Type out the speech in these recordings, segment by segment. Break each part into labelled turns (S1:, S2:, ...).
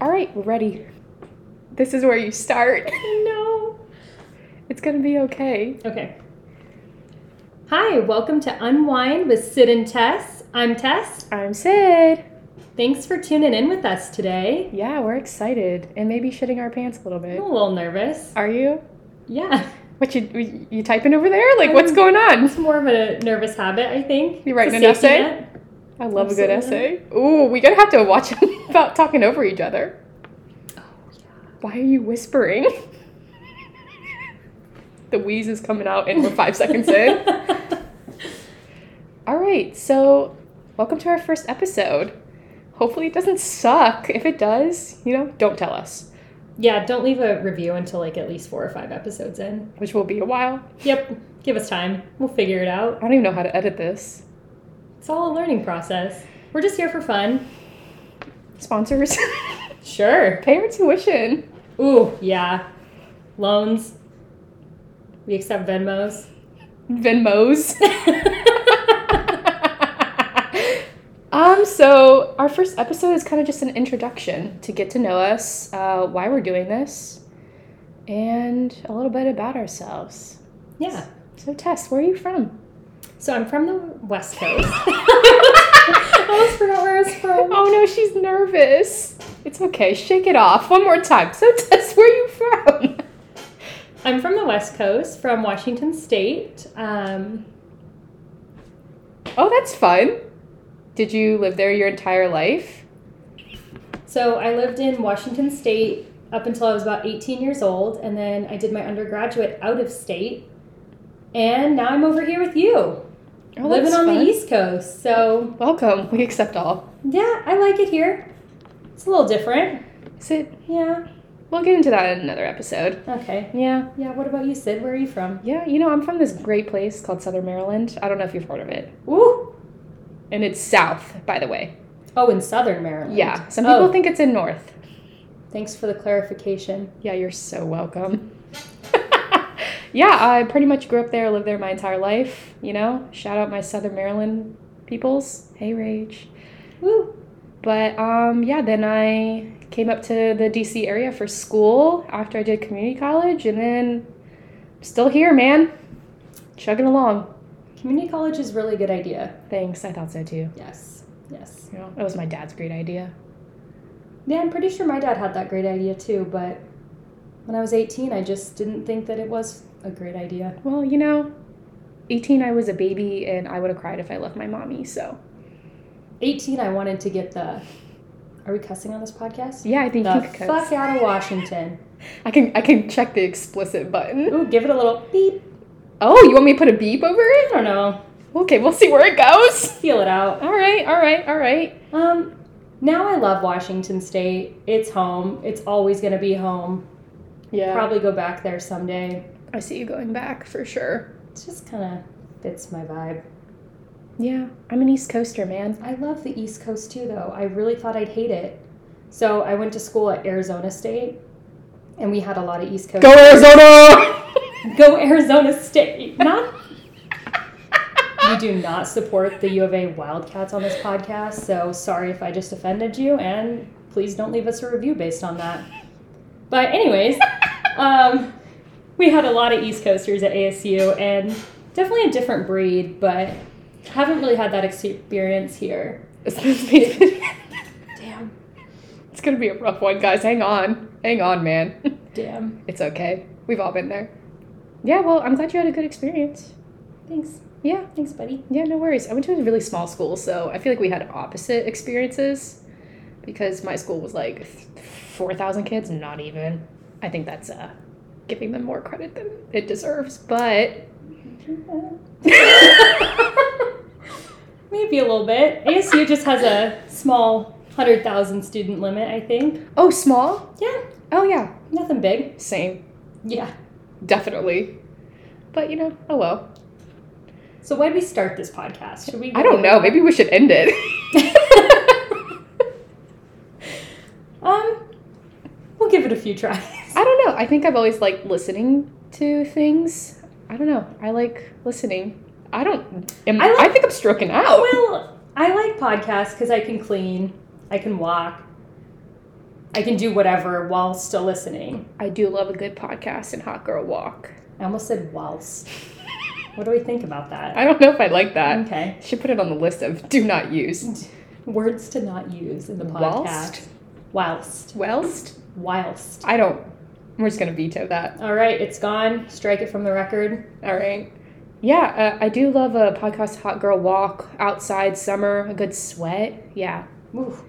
S1: all right, we're ready. This is where you start.
S2: No.
S1: It's going to be okay.
S2: Okay. Hi, welcome to Unwind with Sid and Tess. I'm Tess.
S1: I'm Sid.
S2: Thanks for tuning in with us today.
S1: Yeah, we're excited and maybe shitting our pants a little
S2: I'm
S1: bit.
S2: a little nervous.
S1: Are you?
S2: Yeah.
S1: What you you typing over there? Like
S2: I'm-
S1: what's going on?
S2: It's more of a nervous habit, I think.
S1: You writing
S2: It's a
S1: an
S2: safety
S1: essay?
S2: net.
S1: I love a good
S2: Absolutely.
S1: essay. Ooh, we gotta have to watch out about talking over each other. Why are you whispering? the wheeze is coming out, and we're five seconds in. All right, so welcome to our first episode. Hopefully, it doesn't suck. If it does, you know, don't tell us,
S2: yeah, don't leave a review until like at least four or five episodes in.
S1: which will be a while.
S2: Yep. Give us time. We'll figure it out.
S1: I don't even know how to edit this.
S2: It's all a learning process. We're just here for fun.
S1: Sponsors,
S2: Sure.
S1: pay our tuition.
S2: Ooh, yeah. Loans. We accept Venmos.
S1: Venmos. um, so our first episode is kind of just an introduction to get to know us, uh, why we're doing this, and a little bit about ourselves.
S2: yeah.
S1: So, Tess, where are you from?
S2: So I'm from the West Coast. I almost forgot where I was from.
S1: Oh no, she's nervous. It's okay. Shake it off. One more time. So, Tess, where are you from?
S2: I'm from the West Coast, from Washington State. Um,
S1: Oh, that's fun. Did you live there your entire life?
S2: so I lived in Washington State up until I was about 18 years old, and then I did my undergraduate out of state. And now I'm over here with you,
S1: Oh,
S2: living
S1: that's
S2: on
S1: fun.
S2: the East Coast. So
S1: Welcome. We accept all.
S2: yeah, I like it here. It's a little different.
S1: Is it?
S2: Yeah.
S1: We'll get into that in another episode.
S2: Okay.
S1: Yeah.
S2: Yeah. What about you, Sid? Where are you from?
S1: Yeah, you know, I'm from this great place called Southern Maryland. I don't know if you've heard of it.
S2: Ooh.
S1: And it's south, by the way.
S2: Oh, in Southern Maryland.
S1: Yeah, some people
S2: Oh.
S1: think it's in north.
S2: Thanks for the clarification.
S1: Yeah, you're so welcome. yeah, I pretty much grew up there, lived there my entire life. You know, shout out my Southern Maryland peoples. Hey, Rage.
S2: Woo.
S1: But um, yeah, then I came up to the DC area for school after I did community college, and then still here, man. Chugging along.
S2: Community college is a really good idea.
S1: Thanks, I thought so too.
S2: Yes. Yes.
S1: You know, it was my dad's great idea.
S2: Yeah, I'm pretty sure my dad had that great idea too, but when I was 18, I just didn't think that it was a great idea.
S1: Well, you know, 18, I was a baby and I would have cried if I left my mommy. So,
S2: 18, I wanted to get the. Are we cussing on this podcast?
S1: yeah, I think you
S2: The
S1: could
S2: fuck out of Washington.
S1: I can I can check the explicit button.
S2: Ooh, give it a little beep.
S1: Oh, you want me to put a beep over
S2: I
S1: it?
S2: don't know.
S1: Okay, we'll see where it goes.
S2: Feel it out.
S1: All right, all right, all right.
S2: Um, now I love Washington State. It's home. It's always going to be home.
S1: Yeah.
S2: Probably go back there someday.
S1: I see you going back for sure.
S2: It just kind of fits my vibe.
S1: Yeah, I'm an East Coaster, man.
S2: I love the East Coast too, though. I really thought I'd hate it. So I went to school at Arizona State, and we had a lot of East Coast.
S1: Arizona!
S2: Go Arizona State! Not. We do not support the U of A Wildcats on this podcast, so sorry if I just offended you, and please don't leave us a review based on that. But, anyways,
S1: Uh,
S2: um, we had a lot of East Coasters at ASU, and definitely a different breed, but haven't really had that experience here.
S1: it's
S2: Damn.
S1: gonna be a rough one, guys. Hang on. Hang on, man.
S2: Damn.
S1: It's okay. We've all been there. Yeah, well, I'm glad you had a good experience.
S2: Thanks.
S1: Yeah.
S2: Thanks, buddy.
S1: Yeah, no worries. I went to a really small school, so I feel like we had opposite experiences because my school was like 4,000 kids, not even. I think that's uh, giving them more credit than it deserves, but
S2: Maybe a little bit. ASU just has a small 100,000 student limit, I think.
S1: oh, small?
S2: Yeah,
S1: Oh, yeah,
S2: nothing big.
S1: same,
S2: Yeah.
S1: definitely. But you know, oh well.
S2: So why would we start this podcast? Should we?
S1: I don't know, maybe we should end it.
S2: Um, we'll give it a few tries.
S1: I don't know. I think I've always liked listening to things. I don't know. I like listening. I don't. Am, I,
S2: I like- Oh,
S1: think I'm stroking out.
S2: Well, I like podcasts because I can clean, I can walk, I can do whatever while still listening.
S1: I do love a good podcast and hot girl walk.
S2: I almost said whilst. What do we think about that?
S1: I don't know if I like that.
S2: Okay.
S1: Should put it on the list of do not use.
S2: Words to not use in the
S1: Whilst?
S2: podcast. Whilst.
S1: Whilst?
S2: Whilst.
S1: I don't. We're just gonna veto that.
S2: All right, it's gone. Strike it from the record.
S1: All right. Yeah, uh, I do love a podcast hot girl walk outside summer, a good sweat. Yeah.
S2: Oof.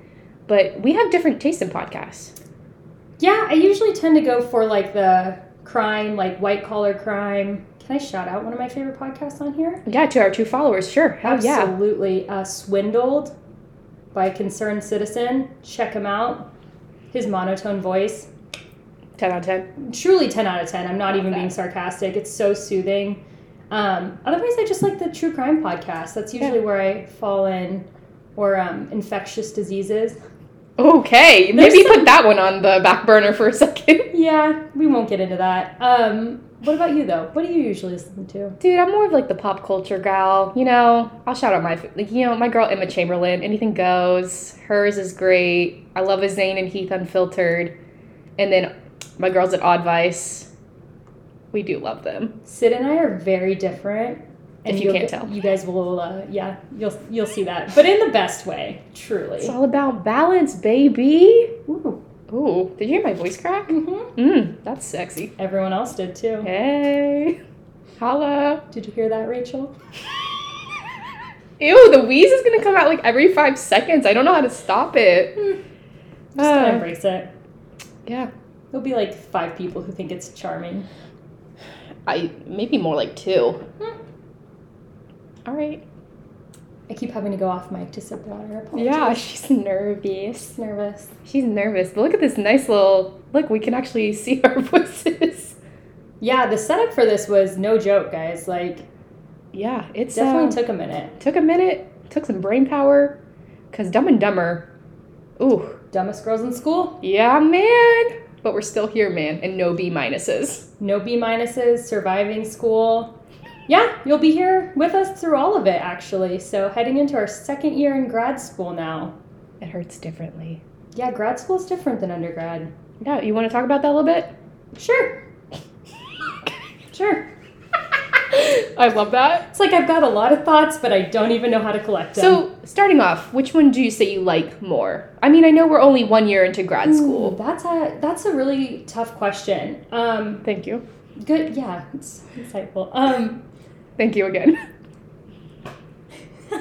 S1: But we have different tastes in podcasts.
S2: Yeah, I usually tend to go for like the crime, like white collar crime. Can I shout out one of my favorite podcasts on here?
S1: Yeah, to our two followers, sure. Hell Oh, yeah.
S2: Absolutely. Uh, Swindled by Concerned Citizen. Check him out. His monotone voice.
S1: 10 out of 10.
S2: Truly 10 out of 10. I'm not
S1: Love
S2: even
S1: that.
S2: being sarcastic. It's so soothing. Um, otherwise, I just like the true crime podcast. That's usually where I fall in, or um, infectious diseases.
S1: Okay,
S2: There's
S1: maybe
S2: some-
S1: put that one on the back burner for a second.
S2: Yeah, we won't get into that. Um, what about you, though? What do you usually listen to?
S1: Dude, I'm more of like the pop culture gal. You know, I'll shout out my, like, you know, my girl Emma Chamberlain. Anything goes. Hers is great. I love a Zayn and Heath Unfiltered. And then my girls at Odd Vice. We do love them.
S2: Sid and I are very different.
S1: If you
S2: you'll
S1: can't
S2: get-
S1: tell.
S2: you guys will, uh, yeah, you'll you'll see that, but in the best way,
S1: It's
S2: truly.
S1: all about balance, baby.
S2: Ooh.
S1: Ooh, did you hear my voice crack?
S2: Mhm.
S1: Mmm, that's sexy.
S2: Everyone else did too.
S1: Hey. Holla.
S2: Did you hear that, Rachel?
S1: Ew, the wheeze is gonna come out like every five seconds. I don't know how to stop it.
S2: Hmm. Just gotta
S1: Uh.
S2: embrace it.
S1: Yeah.
S2: There'll be like five people who think it's charming.
S1: I maybe more like two.
S2: Hmm.
S1: All right.
S2: I keep having to go off mic to sip water. Apologies.
S1: Yeah, she's nervous.
S2: nervous.
S1: She's nervous. But look at this nice little look. We can actually see our voices.
S2: Yeah, the setup for this was no joke, guys. Like,
S1: Yeah, it's
S2: definitely
S1: um,
S2: took a minute.
S1: took a minute. Took some brain power. Cause Dumb and Dumber. Ooh,
S2: Dumbest girls in school.
S1: yeah, man. But we're still here, man, and no B minuses.
S2: No B minuses. Surviving school. Yeah, you'll be here with us through all of it, actually. So heading into our second year in grad school now.
S1: It hurts differently.
S2: Yeah, grad school is different than undergrad.
S1: Yeah, you want to talk about that a little bit?
S2: Sure, sure.
S1: I love that.
S2: It's like I've got a lot of thoughts, but I don't even know how to collect them.
S1: So, starting off, which one do you say you like more? I mean, I know we're only one year into grad
S2: Ooh,
S1: school.
S2: that's a that's a really tough question. Um,
S1: Thank you.
S2: good, yeah, it's insightful. Um,
S1: Thank you again.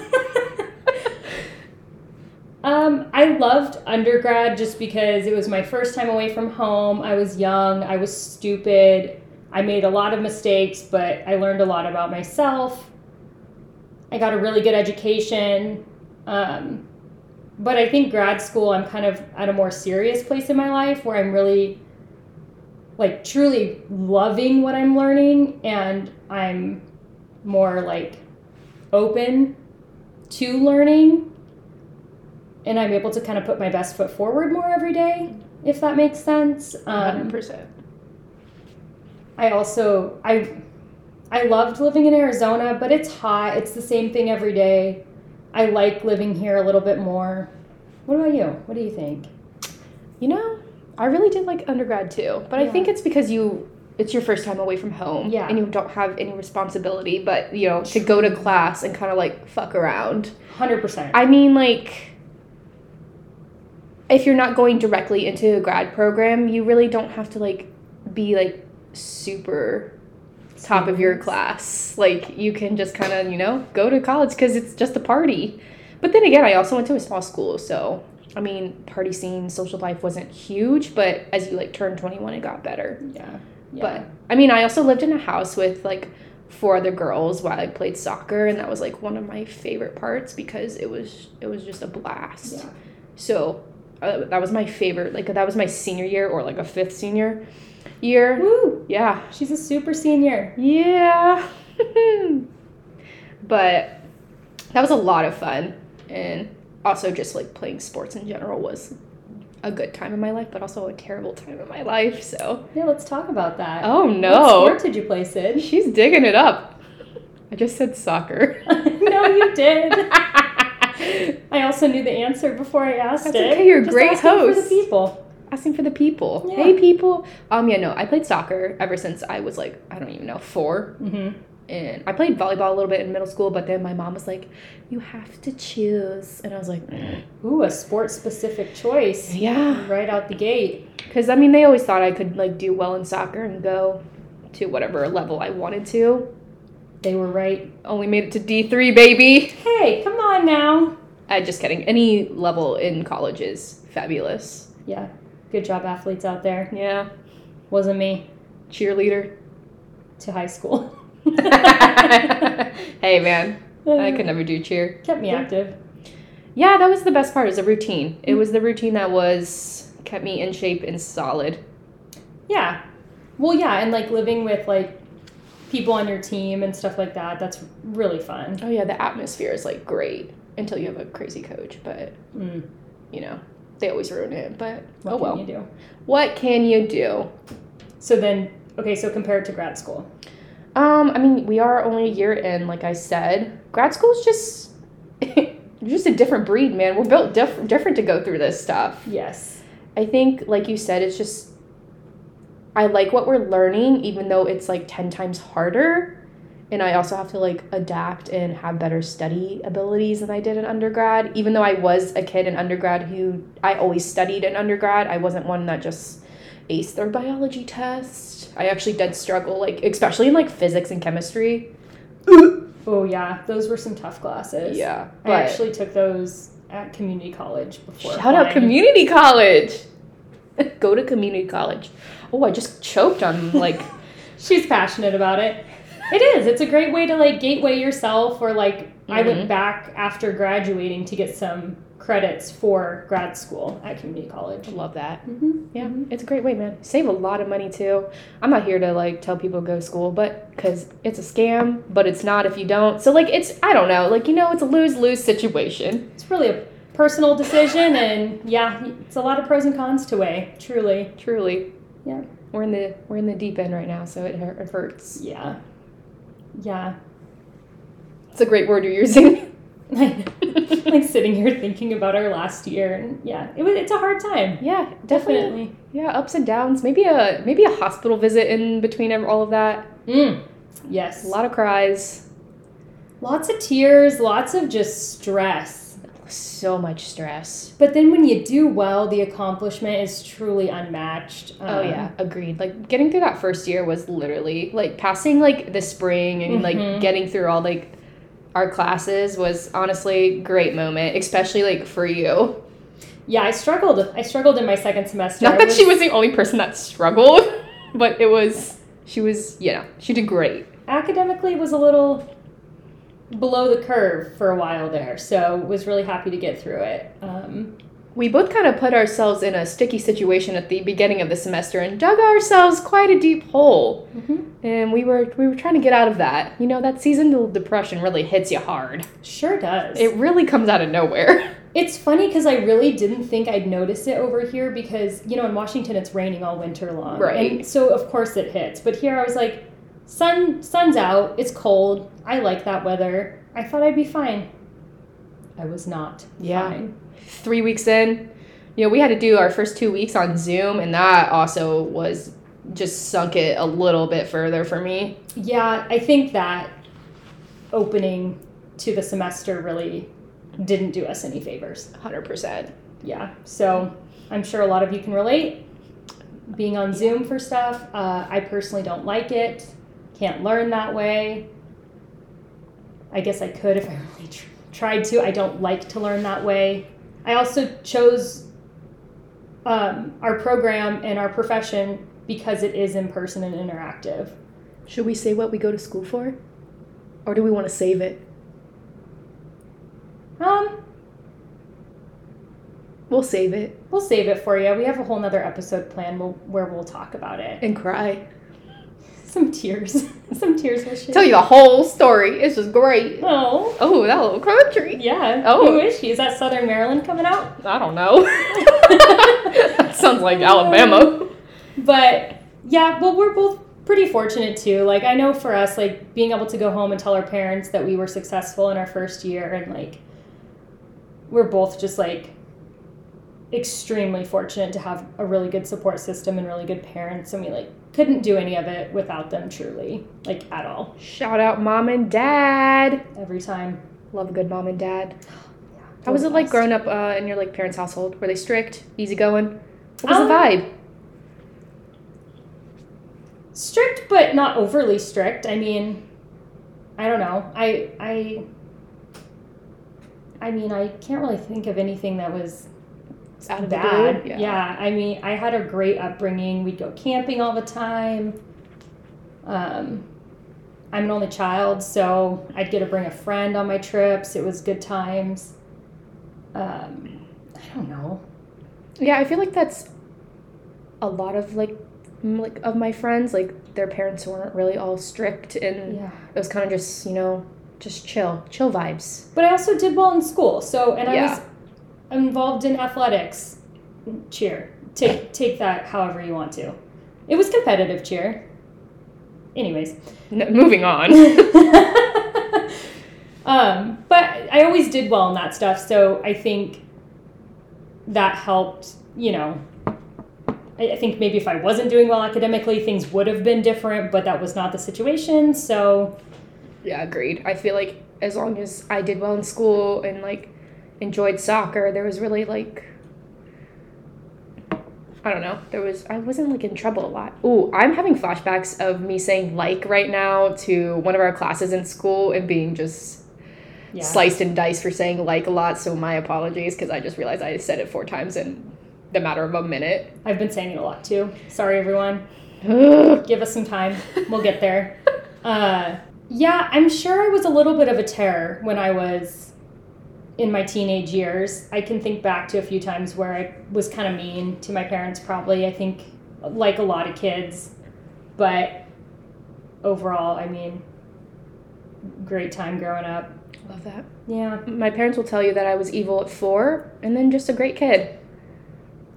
S2: um, I loved undergrad just because it was my first time away from home. I was young. I was stupid. I made a lot of mistakes, but I learned a lot about myself. I got a really good education. Um, but I think grad school, I'm kind of at a more serious place in my life where I'm really, like, truly loving what I'm learning and I'm more like open to learning and I'm able to kind of put my best foot forward more every day, if that makes sense. Um,
S1: 100%.
S2: I also I I loved living in Arizona, but it's hot. It's the same thing every day. I like living here a little bit more. What about you? What do you think?
S1: You know, I really did like undergrad too, but I
S2: Yeah.
S1: think it's because you it's your first time away from home
S2: Yeah.
S1: and you don't have any responsibility but you know to go to class and kind of like fuck around
S2: 100%.
S1: I mean, like, if you're not going directly into a grad program, you really don't have to like be like super top of your class. Like, you can just kind of you know go to college because it's just a party. But then again, I also went to a small school, so I mean, party scene, social life wasn't huge. But as you like turned 21, it got better.
S2: yeah. yeah.
S1: But I mean, I also lived in a house with like four other girls while I played soccer, and that was like one of my favorite parts because it was it was just a blast.
S2: yeah.
S1: So uh, that was my favorite. Like that was my senior year or like a fifth senior year.
S2: Woo!
S1: Yeah,
S2: She's a super senior.
S1: yeah. but that was a lot of fun, and also just like playing sports in general was a good time in my life, but also a terrible time in my life. So
S2: Yeah, let's talk about that.
S1: oh
S2: What
S1: no.
S2: sport did you play, Sid?
S1: She's digging it up. I just said soccer.
S2: no, you did.
S1: I
S2: I also knew the answer before I asked
S1: That's
S2: it.
S1: okay, you're a
S2: Just
S1: great
S2: asking For
S1: host.
S2: the people.
S1: asking for the people.
S2: Yeah.
S1: Hey, people. Um, yeah, no, I played soccer ever since I was like, I don't even know, four.
S2: Mm-hmm.
S1: And I played volleyball a little bit in middle school, but then my mom was like, you have to choose. And I was like,
S2: Ooh, a sport specific choice
S1: yeah.
S2: right out the gate.
S1: Because, I mean, they always thought I could like do well in soccer and go to whatever level I wanted to.
S2: They were right.
S1: Only made it to D3, baby.
S2: Hey, come on now.
S1: I just kidding. Any level in college is fabulous.
S2: Yeah, good job, athletes out there.
S1: Yeah.
S2: Wasn't me
S1: Cheerleader.
S2: to high school.
S1: hey, man. I could never do cheer.
S2: Kept me active.
S1: Yeah, that was the best part. It was a routine. It was the routine that was kept me in shape and solid.
S2: Yeah. Well, yeah, and like living with like people on your team and stuff like that, that's really fun.
S1: Oh yeah, the atmosphere is like great until you have a crazy coach, but
S2: Mm,
S1: you know, they always ruin it. But
S2: what
S1: oh well.
S2: can you do?
S1: What can you do?
S2: So then, okay, so compared to grad school.
S1: Um, I mean, we are only a year in, like I said. Grad school's just just a different breed, man. We're built diff- different to go through this stuff.
S2: Yes.
S1: I think like you said, it's just I like what we're learning, even though it's like 10 times harder. And I also have to like adapt and have better study abilities than I did in undergrad. Even though I was a kid in undergrad who I always studied in undergrad, I wasn't one that just aced their biology test. I actually did struggle, like, especially in like physics and chemistry.
S2: Oh yeah, those were some tough classes.
S1: Yeah.
S2: I
S1: But
S2: actually took those at community college before.
S1: shout out
S2: applying.
S1: community college. Go to community college. Oh, I just choked on like
S2: She's passionate about it. It is. It's a great way to like gateway yourself or like I
S1: Mm-hmm.
S2: went back after graduating to get some credits for grad school at community college.
S1: Love that.
S2: Mm-hmm.
S1: Yeah, it's a great way, man. Save a lot of money too. I'm not here to like tell people to go to school, but because it's a scam, but it's not if you don't. So like, it's I don't know, like you know, it's a lose lose situation.
S2: It's really a personal decision and yeah, it's a lot of pros and cons to weigh, truly.
S1: Truly.
S2: Yeah.
S1: We're in the we're in the deep end right now, so it hurt, it hurts.
S2: Yeah. Yeah.
S1: It's a great word you're using.
S2: like sitting here thinking about our last year and yeah, it was it's a hard time.
S1: yeah, definitely.
S2: Definitely.
S1: Yeah, ups and downs. Maybe a maybe a hospital visit in between ev- all of that.
S2: Mm. Yes.
S1: A lot of cries.
S2: Lots of tears, lots of just stress.
S1: So much stress.
S2: But then when you do well, the accomplishment is truly unmatched.
S1: Oh
S2: Um,
S1: yeah, agreed. Like getting through that first year was literally like passing like the spring and
S2: Mhm.
S1: like getting through all like our classes was honestly a great moment, especially like for you.
S2: Yeah, I struggled. I struggled in my second semester.
S1: Not
S2: I
S1: that she was the only person that struggled, but it was she was you know she did great.
S2: academically was a little below the curve for a while there, so was really happy to get through it. Um,
S1: We both kind of put ourselves in a sticky situation at the beginning of the semester and dug ourselves quite a deep hole.
S2: Mm-hmm.
S1: And we were we were trying to get out of that. You know that seasonal depression really hits you hard.
S2: Sure does.
S1: It really comes out of nowhere.
S2: it's funny because I really didn't think I'd notice it over here because you know in Washington it's raining all winter long,
S1: Right.
S2: And so of course it hits. But here I was like, sun sun's out. It's cold. I like that weather. I thought I'd be fine. I was not
S1: Yeah.
S2: fine.
S1: three weeks in. You know, we had to do our first two weeks on Zoom, and that also was just sunk it a little bit further for me.
S2: Yeah, I think that opening to the semester really didn't do us any favors.
S1: 100%.
S2: Yeah, so I'm sure a lot of you can relate. Being on Zoom for stuff, uh, I personally don't like it. Can't learn that way. I guess I could if I really tr- tried to. I don't like to learn that way. I also chose um, our program and our profession because it is in person and interactive.
S1: Should we say what we go to school for? Or do we want to save it?
S2: Um,
S1: We'll save it
S2: We'll save it for you. We have a whole nother episode planned we'll, where we'll talk about it.
S1: and cry.
S2: Some tears. Some tears will shed.
S1: Tell you the whole story. It's just great.
S2: Oh,
S1: Oh, that little country.
S2: yeah.
S1: Oh.
S2: Who is she? Is that Southern Maryland coming out?
S1: I don't know. that sounds like Alabama.
S2: But yeah, well, we're both pretty fortunate too. Like, I know for us, like, being able to go home and tell our parents that we were successful in our first year and, like, we're both just like, extremely fortunate to have a really good support system and really good parents and we like couldn't do any of it without them truly like at all
S1: Shout out mom and dad.
S2: every time
S1: Love a good mom and dad. How was it like growing up uh, in your like parents' household? Were they strict, easygoing? What was
S2: Um,
S1: the vibe?
S2: strict but not overly strict i mean i don't know i i i mean i can't really think of anything that was
S1: Out of the
S2: bad
S1: blue?
S2: yeah. i mean i had a great upbringing we'd go camping all the time um i'm an only child so i'd get to bring a friend on my trips it was good times um i don't know
S1: Yeah, I feel like that's a lot of like m- like of my friends like their parents weren't really all strict and
S2: yeah
S1: it was kind of just you know just chill chill vibes
S2: But I also did well in school. So, and I
S1: Yeah.
S2: was involved in athletics. Cheer. Take take that however you want to. It was competitive cheer. Anyways.
S1: N- moving on
S2: um, but I always did well in that stuff, so I think that helped, you know. I I think maybe if I wasn't doing well academically, things would have been different, but that was not the situation. So,
S1: yeah agreed i feel like as long as i did well in school and like enjoyed soccer there was really like i don't know there was i wasn't like in trouble a lot ooh i'm having flashbacks of me saying like right now to one of our classes in school and being just
S2: yeah.
S1: sliced and diced for saying like a lot, so my apologies because I just realized I said it four times in the matter of a minute.
S2: I've been saying it a lot too. Sorry, everyone.
S1: Ugh.
S2: give us some time. We'll get there. Uh, yeah, I'm sure I was a little bit of a terror when I was in my teenage years. I can think back to a few times where I was kind of mean to my parents, probably, I think, like a lot of kids. But overall, I mean, great time growing up.
S1: Love that.
S2: Yeah.
S1: My parents will tell you that I was evil at four and then just a great kid.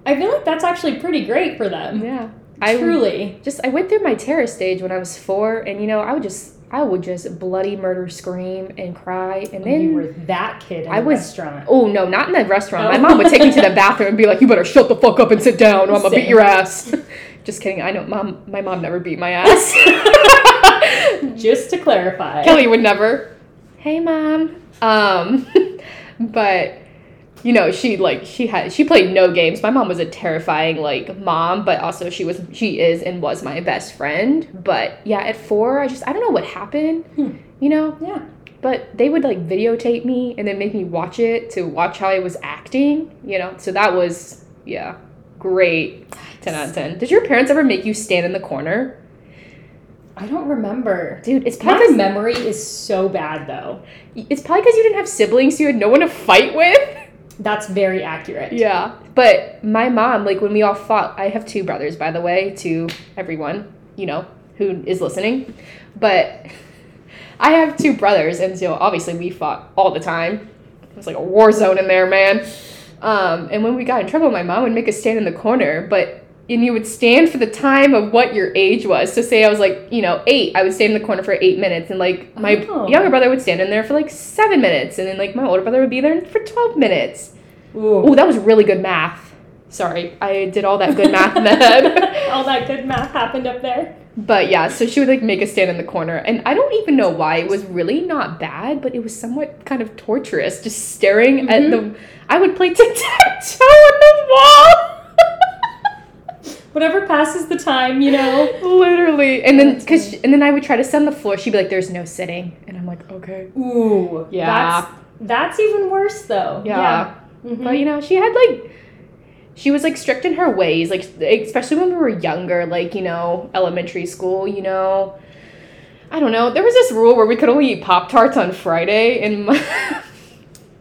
S2: I feel like that's actually pretty great for them.
S1: Yeah. I
S2: Truly.
S1: just I went through my terror stage when I was four and you know, I would just I would just bloody murder scream and cry and then
S2: Oh, you were that kid in
S1: I
S2: the
S1: was-
S2: restaurant.
S1: Oh no, not in the restaurant. My
S2: Oh.
S1: mom would take me to the bathroom and be like, "You better shut the fuck up and sit down, or I'm gonna beat
S2: Same.
S1: your ass." Just kidding. I don't. Mom, my mom never beat my ass.
S2: Just to clarify.
S1: Kelly would never. Hey, mom. Um, but you know, she like she had she played no games. My mom was a terrifying like mom, but also she was she is and was my best friend. But yeah, at four, I just I don't know what happened.
S2: Hmm.
S1: You know,
S2: Yeah.
S1: but they would like videotape me and then make me watch it to watch how I was acting. You know, so that was yeah, great. Ten out of ten. Did your parents ever make you stand in the corner,
S2: I don't remember.
S1: dude? It's
S2: My
S1: probably
S2: memory is so bad, though.
S1: It's probably because you didn't have siblings, so you had no one to fight with.
S2: That's very accurate.
S1: Yeah. But my mom, like when we all fought, I have two brothers, by the way, to everyone, you know, who is listening. But I have two brothers, and so obviously we fought all the time. It was like a war zone in there, man. Um, and when we got in trouble, my mom would make us stand in the corner, but and you would stand for the time of what your age was. So say I was like, you know, eight, I would stand in the corner for eight minutes, and like my
S2: Oh.
S1: younger brother would stand in there for like seven minutes, and then like my older brother would be there for twelve minutes.
S2: Ooh.
S1: Oh, that was really good math. Sorry, I did all that good math in the head.
S2: All that good math happened up there.
S1: But yeah, so she would like make us stand in the corner, and I don't even know why. It was really not bad, but it was somewhat kind of torturous, just staring at
S2: Mm-hmm.
S1: the. I would play tic tac toe on the wall.
S2: Whatever passes the time, you know.
S1: Literally, and then
S2: That's
S1: because and then I would try to sit on the floor. She'd be like, "There's no sitting," and I'm like, "Okay."
S2: Ooh.
S1: Yeah.
S2: That's, that's even worse, though.
S1: Yeah.
S2: Mhm.
S1: But you know, she had like she was like strict in her ways, like especially when we were younger, like, you know, elementary school, you know. I don't know. There was this rule where we could only eat Pop Tarts on Friday and my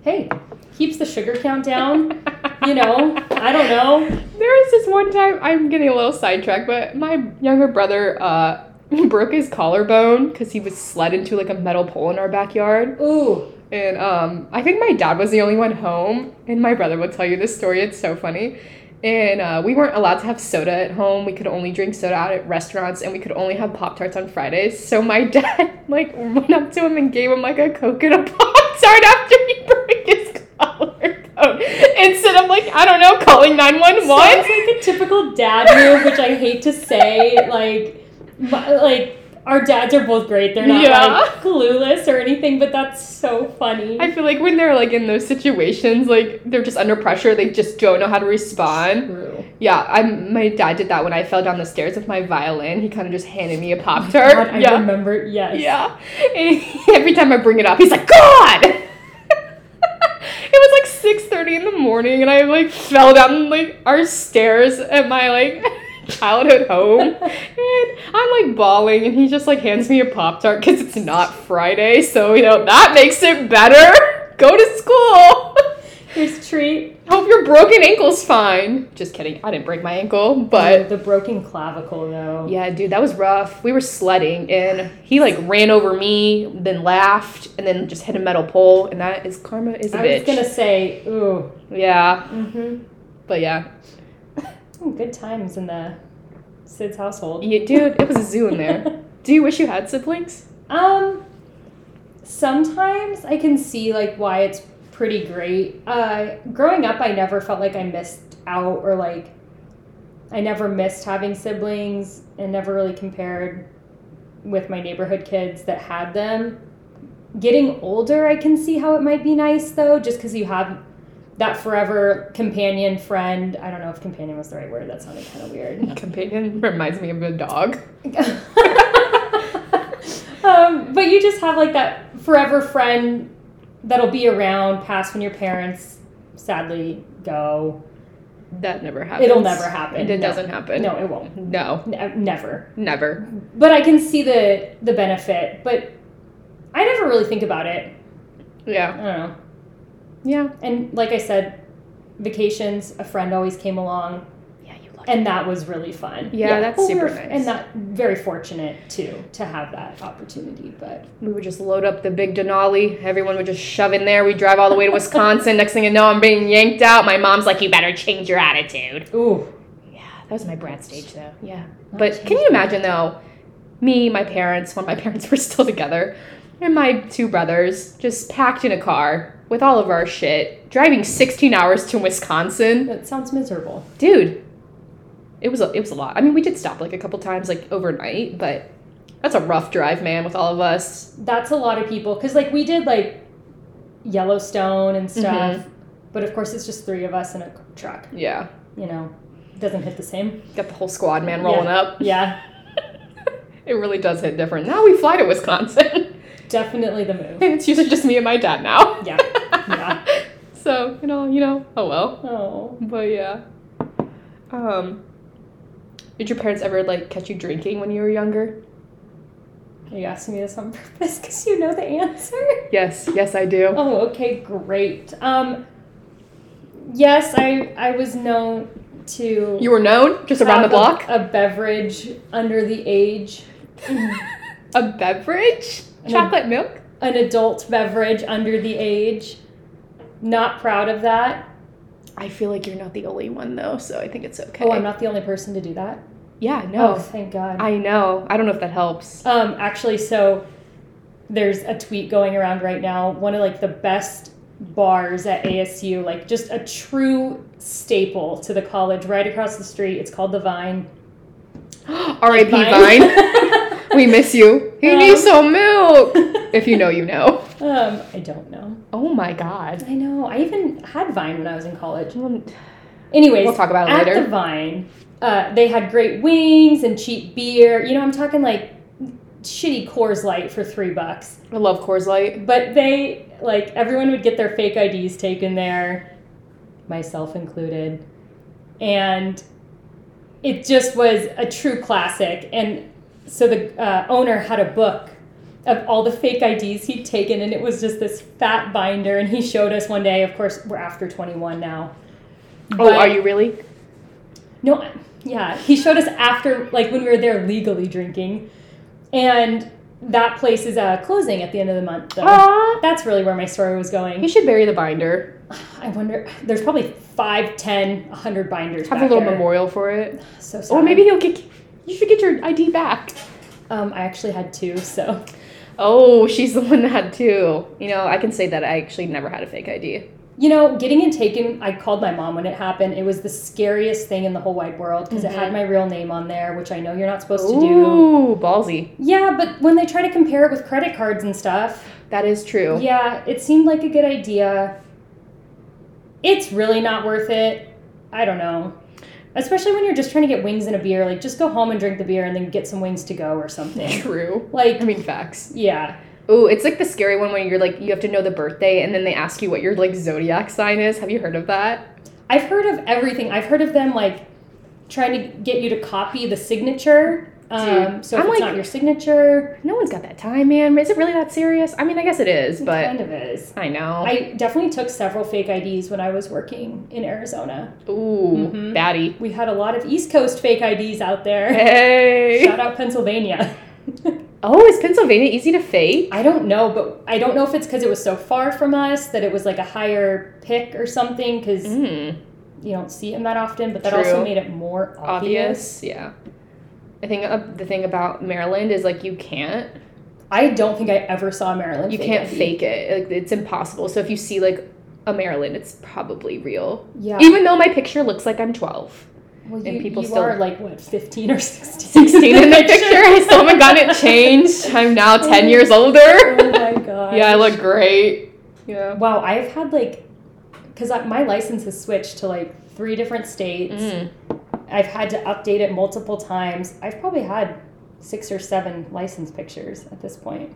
S2: Hey, keeps the sugar count down. Um, You know, I don't know.
S1: There was this one time I'm getting a little sidetracked, but my younger brother uh broke his collarbone because he was slid into like a metal pole in our backyard.
S2: Ooh.
S1: And um, I think my dad was the only one home, and my brother will tell you this story. It's so funny. And uh, we weren't allowed to have soda at home. We could only drink soda out at restaurants, and we could only have Pop Tarts on Fridays. So my dad like went up to him and gave him like a Coke and a Pop Tart after he broke his collarbone instead of I'm like, I don't know, calling
S2: Sounds
S1: 911?
S2: like a typical dad move, which I hate to say. Like, my- like our dads are both great. They're not
S1: Yeah.
S2: like clueless or anything, but that's so funny.
S1: I feel like when they're like in those situations, like they're just under pressure, they just don't know how to respond.
S2: True.
S1: Yeah, I'm my dad did that when I fell down the stairs with my violin. He kind of just handed me a pop tart.
S2: Oh God, I
S1: yeah.
S2: remember. Yes.
S1: Yeah. And every time I bring it up, he's like, God! it was like 6.30 in the morning, and I, like, fell down, like, our stairs at my, like, childhood home. And I'm, like, bawling, and he just, like, hands me a Pop-Tart because it's not Friday, so, you know, that makes it better. Go to school.
S2: Here's treat.
S1: Hope your broken ankle's fine. Just kidding. I didn't break my ankle, but...
S2: Oh, the broken clavicle though.
S1: Yeah, dude, that was rough. We were sledding, and he like ran over me, then laughed, and then just hit a metal pole, and that is karma is a
S2: I
S1: bitch.
S2: was gonna say, ooh.
S1: Yeah,
S2: Mm-hmm.
S1: but yeah,
S2: Good times in the Sid's household.
S1: yeah, dude, it was a zoo in there. Do you wish you had siblings?
S2: Um, sometimes I can see like why it's pretty great. Uh, growing up, I never felt like I missed out or like I never missed having siblings and never really compared with my neighborhood kids that had them. Getting older, I can see how it might be nice though, just because you have that forever companion friend. I don't know if companion was the right word. That sounded kind of weird.
S1: Companion reminds me of a dog.
S2: um, but you just have like that forever friend that'll be around past when your parents sadly go.
S1: That never happens.
S2: It'll never happen.
S1: It,
S2: No.
S1: doesn't happen.
S2: No, it won't.
S1: No,
S2: Ne- never.
S1: never.
S2: But I can see the the benefit. But I never really think about it.
S1: Yeah,
S2: I don't know.
S1: yeah,
S2: And like I said, vacations, a friend always came along,
S1: yeah. You love
S2: and that was really fun.
S1: Yeah, that's
S2: Well, we
S1: super
S2: were-
S1: nice.
S2: And that very fortunate too to have that opportunity. But
S1: We would just load up the big Denali. Everyone would just shove in there. We drive all the way to Wisconsin. Next thing you know, I'm being yanked out. My mom's like, "You better change your attitude."
S2: ooh,
S1: Yeah, that was my brat stage though. Yeah.
S2: Not
S1: But can
S2: changed.
S1: you imagine though, me, my parents, when my parents were still together, and my two brothers just packed in a car with all of our shit, driving 16 hours to Wisconsin.
S2: That sounds miserable.
S1: Dude, it was a, it was a lot. I mean, we did stop like a couple times like overnight, but that's a rough drive, man, with all of us.
S2: That's a lot of people because like we did like Yellowstone and
S1: Mm-hmm.
S2: stuff, but of course it's just three of us in a truck.
S1: Yeah.
S2: You know, doesn't hit the same.
S1: Got the whole squad, man, rolling up.
S2: Yeah,
S1: It really does hit different. Now we fly to Wisconsin.
S2: definitely the move.
S1: and it's usually just me and my dad now.
S2: Yeah, yeah.
S1: So, you know, you know, oh well.
S2: Oh,
S1: But yeah. Um did your parents ever like catch you drinking when you were younger?
S2: are you asking me this on purpose because you know the answer?
S1: Yes, yes I do.
S2: Oh, okay, great. Um, yes, I I was known to
S1: You were known just around the
S2: have
S1: block?
S2: a- a beverage under the age
S1: A beverage?
S2: And
S1: Chocolate milk?
S2: an adult beverage under the age. Not proud of that.
S1: I feel like you're not the only one though, so I think it's okay.
S2: Oh, I'm not the only person to do that.
S1: Yeah, no.
S2: Oh, thank God.
S1: I know. I don't know if that helps.
S2: um, actually, so there's a tweet going around right now. One of like the best bars at ASU, like just a true staple to the college, right across the street. It's called the Vine.
S1: R.I.P. Vine. we miss you. He
S2: Um.
S1: needs some milk. If you know, you know.
S2: um, I don't know.
S1: Oh my god.
S2: I know. I even had Vine when I was in college.
S1: We'll
S2: Anyways,
S1: we'll talk about it
S2: at
S1: later.
S2: the Vine, uh, they had great wings and cheap beer. You know, I'm talking like shitty Coors Light for three bucks.
S1: I love Coors Light.
S2: But they like everyone would get their fake IDs taken there, myself included, and it just was a true classic. And so the uh, owner had a book. Of all the fake IDs he'd taken, and it was just this fat binder. And he showed us one day. Of course, we're after 21 now.
S1: Oh,
S2: But-
S1: are you really?
S2: no, I- yeah, he showed us after, like when we were there legally drinking, and that place is uh, closing at the end of the month. Though.
S1: Aw.
S2: That's really where my story was
S1: You
S2: going.
S1: should bury the binder.
S2: I wonder. There's probably five, ten, a hundred binders.
S1: Have a
S2: back
S1: little
S2: there.
S1: memorial for it.
S2: So sad.
S1: Or maybe he'll get. You should get your ID back.
S2: Um, I actually had two, so
S1: Oh, she's the one that had two. You know, I can say that I actually never had a fake ID.
S2: You know, getting and taken, I called my mom when it happened. It was the scariest thing in the whole wide world because it had
S1: Mhm.
S2: my real name on there, which I know you're not supposed to do.
S1: Ooh, ballsy.
S2: Yeah, but when they try to compare it with credit cards and stuff,
S1: That is true.
S2: yeah, it seemed like a good idea. It's really not worth it. I don't know. Especially when you're just trying to get wings and a beer, like just go home and drink the beer and then get some wings to go or something.
S1: True.
S2: Like,
S1: I mean, facts.
S2: yeah.
S1: Ooh, it's like the scary one when you're like, you have to know the birthday, and then they ask you what your like zodiac sign is. Have you heard of that?
S2: I've heard of everything. I've heard of them like trying to get you to copy the signature. Um,
S1: Dude,
S2: so if
S1: Hmm. I'm
S2: it's
S1: like-
S2: not your signature,
S1: No one's got that time, man. Is it really that serious? I mean, I guess it is,
S2: it
S1: but
S2: kind of is.
S1: I know.
S2: I definitely took several fake IDs when I was working in Arizona.
S1: Ooh,
S2: Mhm.
S1: baddie.
S2: We had a lot of East Coast fake IDs out there.
S1: Hey.
S2: Shout out Pennsylvania.
S1: Oh, is Pennsylvania easy to fake?
S2: I don't know, but I don't know if it's because it was so far from us that it was like a higher pick or something because
S1: Mm,
S2: you don't see them that often, but that
S1: True.
S2: also made it more obvious.
S1: obvious. Yeah. I think uh, the thing about Maryland is like you can't
S2: I don't think I ever saw a Maryland.
S1: you
S2: fake
S1: can't
S2: ID.
S1: fake it. Like it's impossible. So if you see like a Maryland, it's probably real.
S2: Yeah.
S1: Even though my picture looks like I'm 12,
S2: Well, you,
S1: And people
S2: you
S1: still-
S2: are like what, fifteen or sixteen?
S1: 16 in the picture, I still haven't gotten it changed. I'm now 10 years older.
S2: oh my god.
S1: Yeah, I look great. Yeah.
S2: Wow, I've had like, because my license has switched to like three different states.
S1: Mm.
S2: I've had to update it multiple times. I've probably had six or seven license pictures at this point.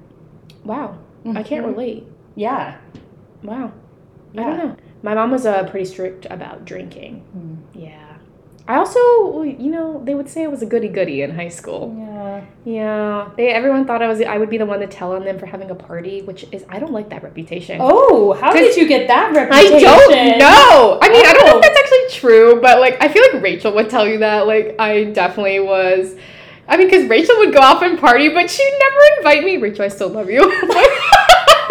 S1: Wow. I can't
S2: Mhm.
S1: relate.
S2: Yeah.
S1: Wow.
S2: yeah.
S1: I don't know. My mom was uh, pretty strict about drinking.
S2: Hmm.
S1: Yeah. I also, you know, they would say I was a goody goody in high school.
S2: Yeah.
S1: Yeah, they everyone thought I was I would be the one to tell on them for having a party, which is I don't like that reputation.
S2: Oh, how
S1: Just-
S2: did you get that
S1: I
S2: reputation?
S1: don't know. I mean, I don't know
S2: Oh.
S1: if that's actually true, but like I feel like Rachel would tell you that. Like I definitely was. I mean, because Rachel would go off and party, but she never invite me. Rachel, I still love you.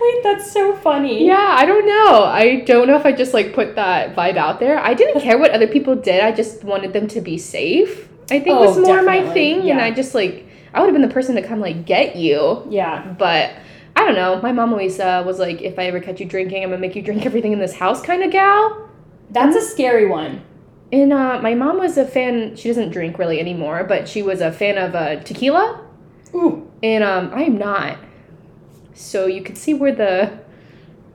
S2: Wait, that's so funny.
S1: yeah, I don't know. I don't know if I just like put that vibe out there. I didn't care what other people did. I just wanted them to be safe. I think
S2: Oh,
S1: was more my
S2: definitely.
S1: thing, and
S2: Yeah.
S1: I just like I would have been the person to come like get you.
S2: Yeah.
S1: But I don't know. My mom always uh, was like, if I ever catch you drinking, I'm gonna make you drink everything in this house, kind of gal.
S2: That's a scary one.
S1: And uh, my mom was a fan. She doesn't drink really anymore, but she was a fan of uh, tequila,
S2: Ooh.
S1: and um, I am not. So you can see where the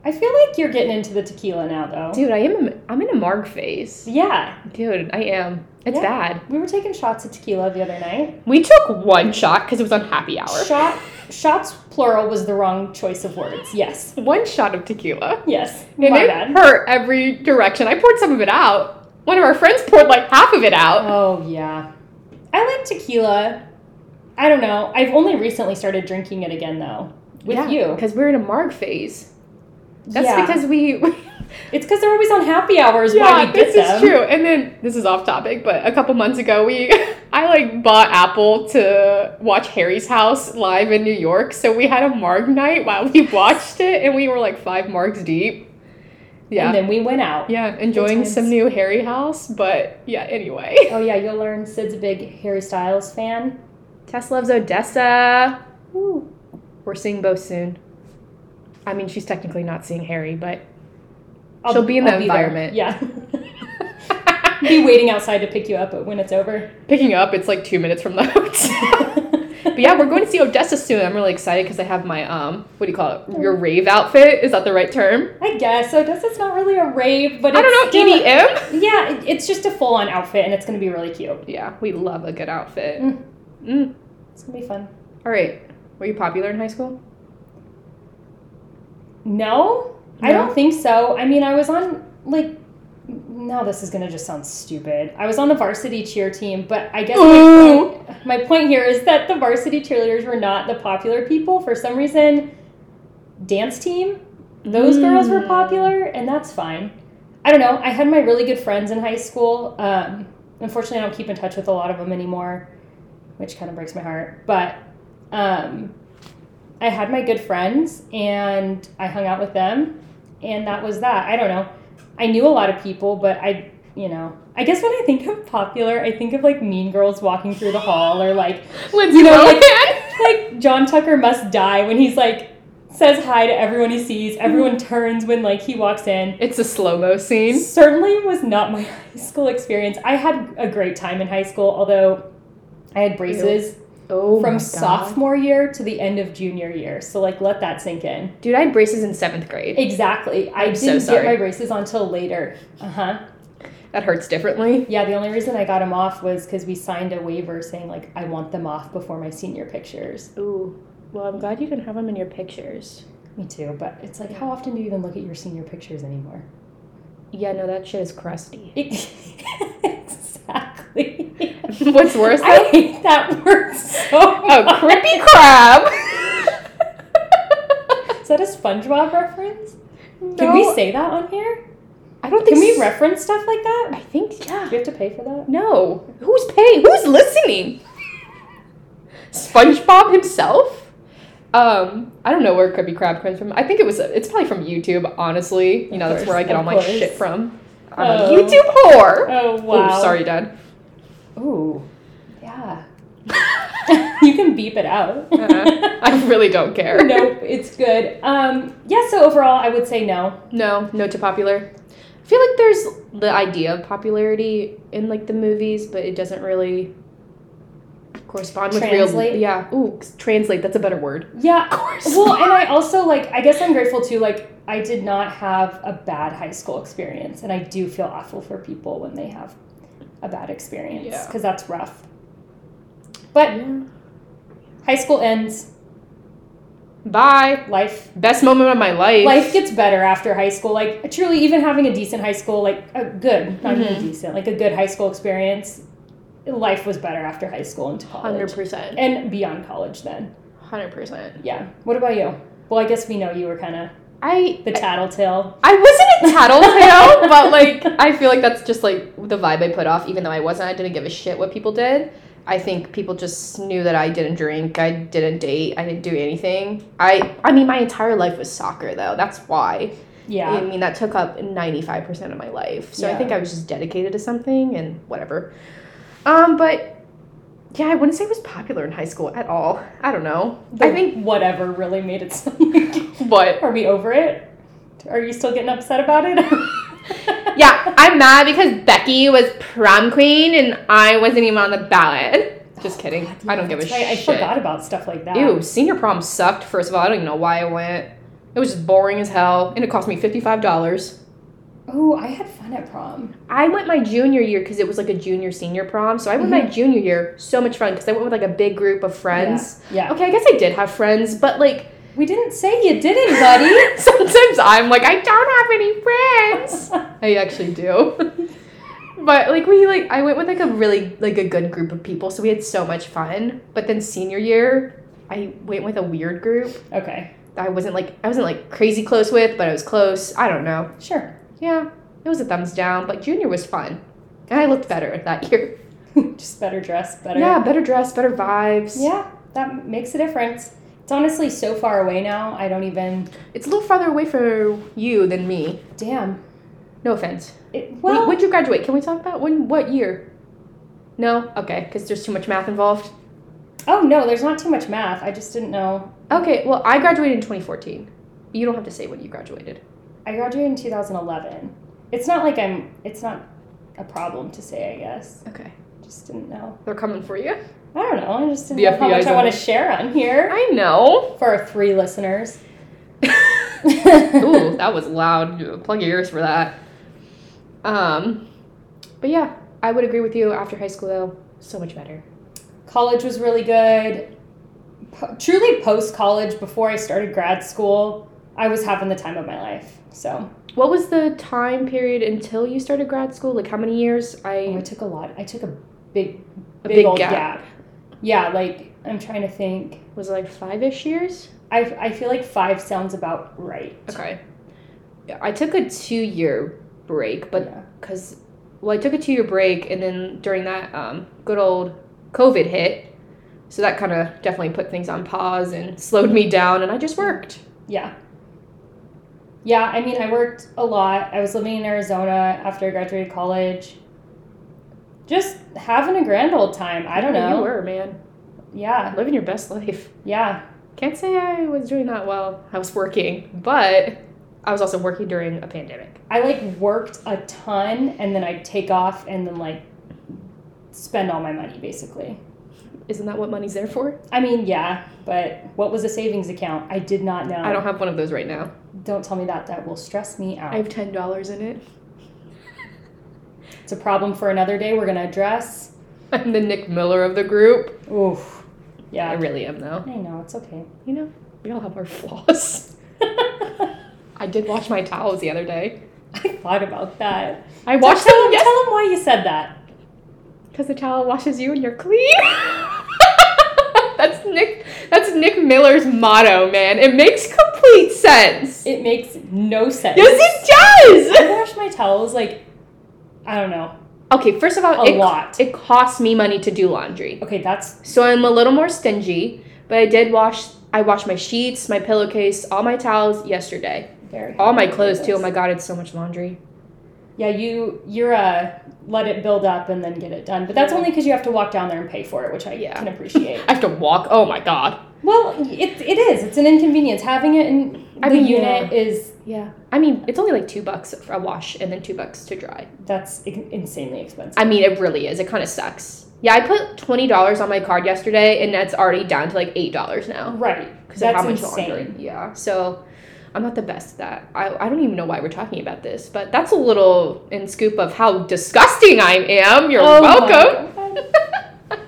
S2: I feel like you're getting into the tequila now, though.
S1: dude. I am. A, I'm in a marg phase,
S2: Yeah.
S1: dude. I am. It's
S2: Yeah.
S1: bad.
S2: We were taking shots of tequila the other night.
S1: We took one shot because it was on happy hour.
S2: Shot, shots plural was the wrong choice of words. Yes.
S1: One shot of tequila.
S2: Yes.
S1: And
S2: My
S1: it
S2: bad.
S1: hurt every direction. I poured some of it out. One of our friends poured like half of it out.
S2: Oh, yeah. I like tequila. I don't know. I've only recently started drinking it again, though. With you.
S1: Because we're in a marg phase. That's
S2: Yeah.
S1: because we.
S2: It's because they're always on happy hours. why
S1: yeah,
S2: we get
S1: this
S2: them.
S1: is true. And then this is off topic, but a couple months ago, we I like bought Apple to watch Harry's House live in New York. So we had a marg night while we watched it, and we were like five margs deep. Yeah.
S2: And then we went out.
S1: yeah, enjoying
S2: times.
S1: some new Harry House, but yeah, anyway.
S2: Oh yeah, you'll learn Sid's a big Harry Styles fan.
S1: Tess loves Odessa.
S2: Ooh.
S1: We're seeing both soon. I mean, she's technically not seeing Harry, but She'll
S2: I'll,
S1: be in the
S2: I'll
S1: environment.
S2: There. Yeah. be waiting outside to pick you up when it's over.
S1: picking up, it's like two minutes from the hotel. But yeah, we're going to see Odessa soon. I'm really excited because I have my um, what do you call it? Your rave outfit. Is that the right term?
S2: I guess so. This is not really a rave, but
S1: I
S2: it's
S1: don't know.
S2: still-
S1: EDM.
S2: Yeah, it- it's just a full-on outfit, and it's gonna be really cute.
S1: Yeah, we love a good outfit.
S2: Mm.
S1: Mm.
S2: It's gonna be fun.
S1: All right. Were you popular in high school?
S2: No, I
S1: No?
S2: don't think so. I mean, I was on like. Now this is gonna just sound stupid. I was on the varsity cheer team, but I guess
S1: Ooh.
S2: my point, my point here is that the varsity cheerleaders were not the popular people for some reason. Dance team, those girls were
S1: Mm.
S2: popular, and that's fine. I don't know. I had my really good friends in high school. Um, unfortunately, I don't keep in touch with a lot of them anymore, which kind of breaks my heart. But um, I had my good friends and I hung out with them, and that was that. I don't know. I knew a lot of people, but I, you know, I guess when I think of popular, I think of like mean girls walking through the hall or like
S1: Lindsay
S2: You know,
S1: Lohan.
S2: like John Tucker must die when he's like says hi to everyone he sees. Everyone
S1: Mm-hmm.
S2: turns when like he walks in.
S1: It's a slow mo scene.
S2: Certainly was not my high school experience. I had a great time in high school, although I had braces
S1: Oh,
S2: from
S1: my God.
S2: sophomore year to the end of junior year. So like let that sink in.
S1: Dude, I had braces in seventh grade.
S2: Exactly. I
S1: I'm so
S2: didn't get
S1: sorry.
S2: my braces until later. Uh-huh.
S1: That hurts differently.
S2: Yeah, the only reason I got them off was because we signed a waiver saying like I want them off before my senior pictures.
S1: Ooh. Well, I'm glad you can have them in your pictures.
S2: Me too, but it's like how often do you even look at your senior pictures anymore?
S1: Yeah, no, that shit is crusty.
S2: It- exactly.
S1: What's worse?
S2: I
S1: Though? Oh,
S2: hate that word so
S1: A
S2: much.
S1: crimpy crab.
S2: Is that a SpongeBob reference? Can
S1: No,
S2: we say that on here?
S1: I don't think
S2: Can we
S1: s-
S2: reference stuff like that?
S1: I think yeah.
S2: Do you have to pay for that?
S1: No. Who's paying? Who's listening? SpongeBob himself? Um, I don't know where Krabby Krab comes from. I think it was it's probably from YouTube, honestly. You know, that's
S2: course,
S1: where I get
S2: of
S1: all my
S2: course.
S1: shit from. I'm
S2: Oh.
S1: a YouTube whore.
S2: Oh
S1: Ooh, sorry, Dad.
S2: Ooh. Yeah. you can beep it out.
S1: Uh-uh. I really don't care.
S2: nope, it's good. Um, yeah, so overall, I would say no.
S1: No, no to popular. I feel like there's the idea of popularity in like the movies, but it doesn't really correspond with
S2: Translate?
S1: real. Yeah. Ooh, translate. That's a better word.
S2: Yeah. Well,
S1: Correspond.
S2: and I also, like, I guess I'm grateful too. Like, I did not have a bad high school experience, and I do feel awful for people when they have a bad experience
S1: Yeah.
S2: because that's rough. But high school ends,
S1: Bye.
S2: life
S1: Best moment of my life.
S2: life gets better after high school. Like truly, even having a decent high school, like a good, not even
S1: Mm-hmm.
S2: decent, like a good high school experience, life was better after high school into college
S1: Hundred percent.
S2: and beyond college. Then,
S1: Hundred percent.
S2: yeah. What about you? Well, I guess we know you were kind of
S1: I
S2: the tattletale.
S1: I wasn't a tattletale, but like I feel like that's just like the vibe I put off. Even though I wasn't, I didn't give a shit what people did. I think people just knew that I didn't drink, I didn't date, I didn't do anything. I I mean my entire life was soccer though. That's why. I
S2: Yeah,
S1: mean that took up 95% of my life. So
S2: Yeah.
S1: I think I was just dedicated to something and whatever. Um but yeah, I wouldn't say it was popular in high school at all. I don't know. I
S2: The
S1: think
S2: whatever really made it. Something.
S1: what
S2: Are we over it? Are you still getting upset about it?
S1: Yeah, I'm mad because Becky was prom queen and I wasn't even on the ballot. Just kidding. I don't give a
S2: That's right, I
S1: shit.
S2: forgot about stuff like that.
S1: Ew, senior prom sucked. First of all, I don't even know why I went. It was just boring as hell, and it cost me fifty-five dollars.
S2: Oh, I had fun at prom.
S1: I went my junior year because it was like a junior senior prom. So I went
S2: Mm-hmm.
S1: my junior year. So much fun because I went with like a big group of friends.
S2: Yeah.
S1: Okay, I guess I did have friends, but like
S2: We didn't say you didn't, buddy.
S1: sometimes I'm like I don't have any friends. I Oh, actually do. but like we like I went with like a really like a good group of people, so we had so much fun. But then senior year, I went with a weird group.
S2: okay,
S1: that I wasn't like I wasn't like crazy close with, but I was close. I don't know.
S2: sure.
S1: Yeah, it was a thumbs down, but junior was fun. And I looked better that year.
S2: Just better dressed, better.
S1: Yeah, better dressed, better vibes.
S2: Yeah, that makes a difference. It's honestly so far away now. I don't even.
S1: It's a little farther away for you than me.
S2: Damn.
S1: No offense.
S2: It, well,
S1: Well, when would you graduate? Can we talk about when what year? No? Okay, because there's too much math involved.
S2: oh no, there's not too much math. I just didn't know.
S1: Okay, well, I graduated in 2014. You don't have to say when you graduated.
S2: I graduated in 2011. It's not like I'm. It's not a problem to say. I guess.
S1: Okay.
S2: Just didn't know.
S1: They're coming for you.
S2: I don't know. I just didn't
S1: The
S2: know how
S1: FBI
S2: much
S1: 's
S2: I
S1: on
S2: want
S1: it.
S2: to share on here
S1: I know.
S2: for our three listeners.
S1: Ooh, that was loud. Plug your ears for that. Um, but yeah, I would agree with you. After high school, though, so much better.
S2: college was really good. Po- truly, post college, before I started grad school, I was having the time of my life. So
S1: What was the time period until you started grad school? Like how many years?
S2: oh, I
S1: I
S2: took a lot. I took a big,
S1: A
S2: big,
S1: big
S2: old gap.
S1: gap.
S2: Yeah, like I'm trying to think.
S1: was it like five ish years.
S2: I, I feel like five sounds about right.
S1: Okay. Yeah, I took a two year break, but
S2: Yeah.
S1: because well, I took a two year break, and then during that, um, good old COVID hit. So that kind of definitely put things on pause and slowed me down, and I just worked.
S2: yeah. Yeah, I mean, I worked a lot. I was living in Arizona after I graduated college. Just having a grand old time. I don't
S1: You
S2: know.
S1: were man
S2: Yeah,
S1: living your best life.
S2: yeah.
S1: Can't say I was doing that well. I was working, but I was also working during a pandemic.
S2: I like worked a ton and then I'd take off and then like spend all my money basically.
S1: Isn't that what money's there for?
S2: I mean, yeah, but what was a savings account? I did not know.
S1: I don't have one of those right now.
S2: Don't tell me that. That will stress me out.
S1: I have ten dollars in it.
S2: it's a problem for another day. We're going to address.
S1: I'm the Nick Miller of the group.
S2: Oof. Yeah.
S1: I
S2: I,
S1: really am though.
S2: know. It's okay.
S1: You know, we all have our flaws. I did wash my towels the other day.
S2: I thought about that.
S1: I washed
S2: tell,
S1: them
S2: him,
S1: yes
S2: tell him why you said that.
S1: because the towel washes you and you're clean. that's Nick. That's Nick Miller's motto, man. It makes complete sense.
S2: It makes no sense.
S1: yes, it
S2: I
S1: does.
S2: wash my towels like, I don't know,
S1: Okay, first of all,
S2: a
S1: it,
S2: lot.
S1: it costs me money to do laundry,
S2: okay, that's
S1: so I'm a little more stingy. But I did wash. I washed my sheets, my pillowcase, all my towels yesterday.
S2: very.
S1: All my clothes too. Oh my god, it's so much laundry.
S2: Yeah, you you're a let it build up and then get it done. But that's only because you have to walk down there and pay for it, which I
S1: Mm-hmm. Yeah.
S2: can appreciate.
S1: I have to walk. Oh my god.
S2: well, it, it is. It's an inconvenience having it in the
S1: I mean,
S2: unit is
S1: Yeah. I mean, it's only like two bucks for a wash and then two bucks to dry.
S2: that's in- insanely expensive.
S1: I mean, it really is. It kind of sucks. Yeah, I put twenty dollars on my card yesterday, and that's already down to like eight dollars now
S2: right.
S1: because of
S2: That's
S1: how much
S2: insane.
S1: laundry. Yeah. So, I'm not the best at that. I I don't even know why we're talking about this, but that's a little in scoop of how disgusting I am. You're
S2: Oh my
S1: welcome.
S2: God.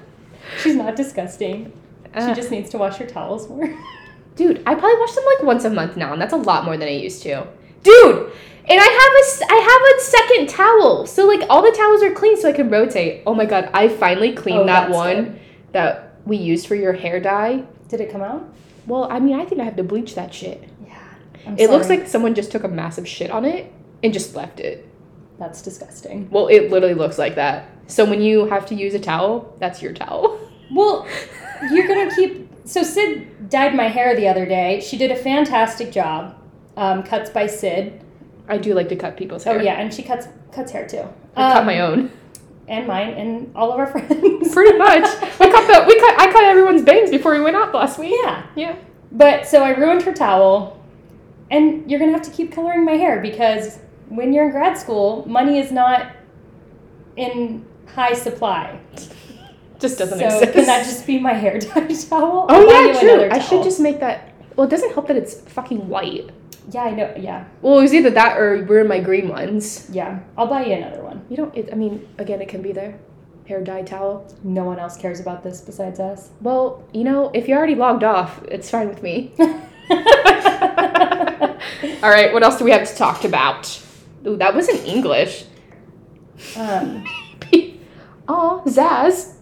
S2: She's not disgusting.
S1: Uh,
S2: She just needs to wash her towels more.
S1: Dude, I probably wash them like once a month now, and that's a lot more than I used to. Dude, and I have a s- I have a second towel, so like all the towels are clean, so I can rotate. Oh my god, I finally cleaned
S2: Oh,
S1: that
S2: that's
S1: one
S2: good.
S1: that we used for your hair dye.
S2: Did it come out?
S1: Well, I mean, I think I have to bleach that shit.
S2: Yeah. I'm
S1: It looks
S2: sorry.
S1: like someone just took a massive shit on it and just left it.
S2: that's disgusting.
S1: Well, it literally looks like that. So when you have to use a towel, that's your towel.
S2: Well, You're gonna keep. So Sid dyed my hair the other day. She did a fantastic job. Um, cuts by Sid.
S1: I do like to cut people's
S2: Oh
S1: hair.
S2: yeah, and she cuts cuts hair too.
S1: I cut
S2: Um,
S1: my own.
S2: and mine and all of our friends.
S1: Pretty much. we cut the, we cut I cut everyone's bangs before we went out last week.
S2: yeah.
S1: Yeah.
S2: But so I ruined her towel, and you're gonna have to keep coloring my hair because when you're in grad school, money is not in high supply.
S1: Just doesn't
S2: so
S1: exist.
S2: can that just be my hair dye towel? I'll buy
S1: oh
S2: you
S1: yeah, true.
S2: another
S1: I should
S2: towel.
S1: just make that. Well, it doesn't help that it's fucking white.
S2: Yeah, I know. Yeah,
S1: Well, it was either that or we're in my green ones.
S2: yeah. I'll buy you another one.
S1: You don't. It, I mean, again, it can be there. Hair dye towel.
S2: No one else cares about this besides us.
S1: Well, you know, if you're already logged off, it's fine with me. All right, what else do we have to talk about? Ooh, that was in English.
S2: um,
S1: Aw, Zaz.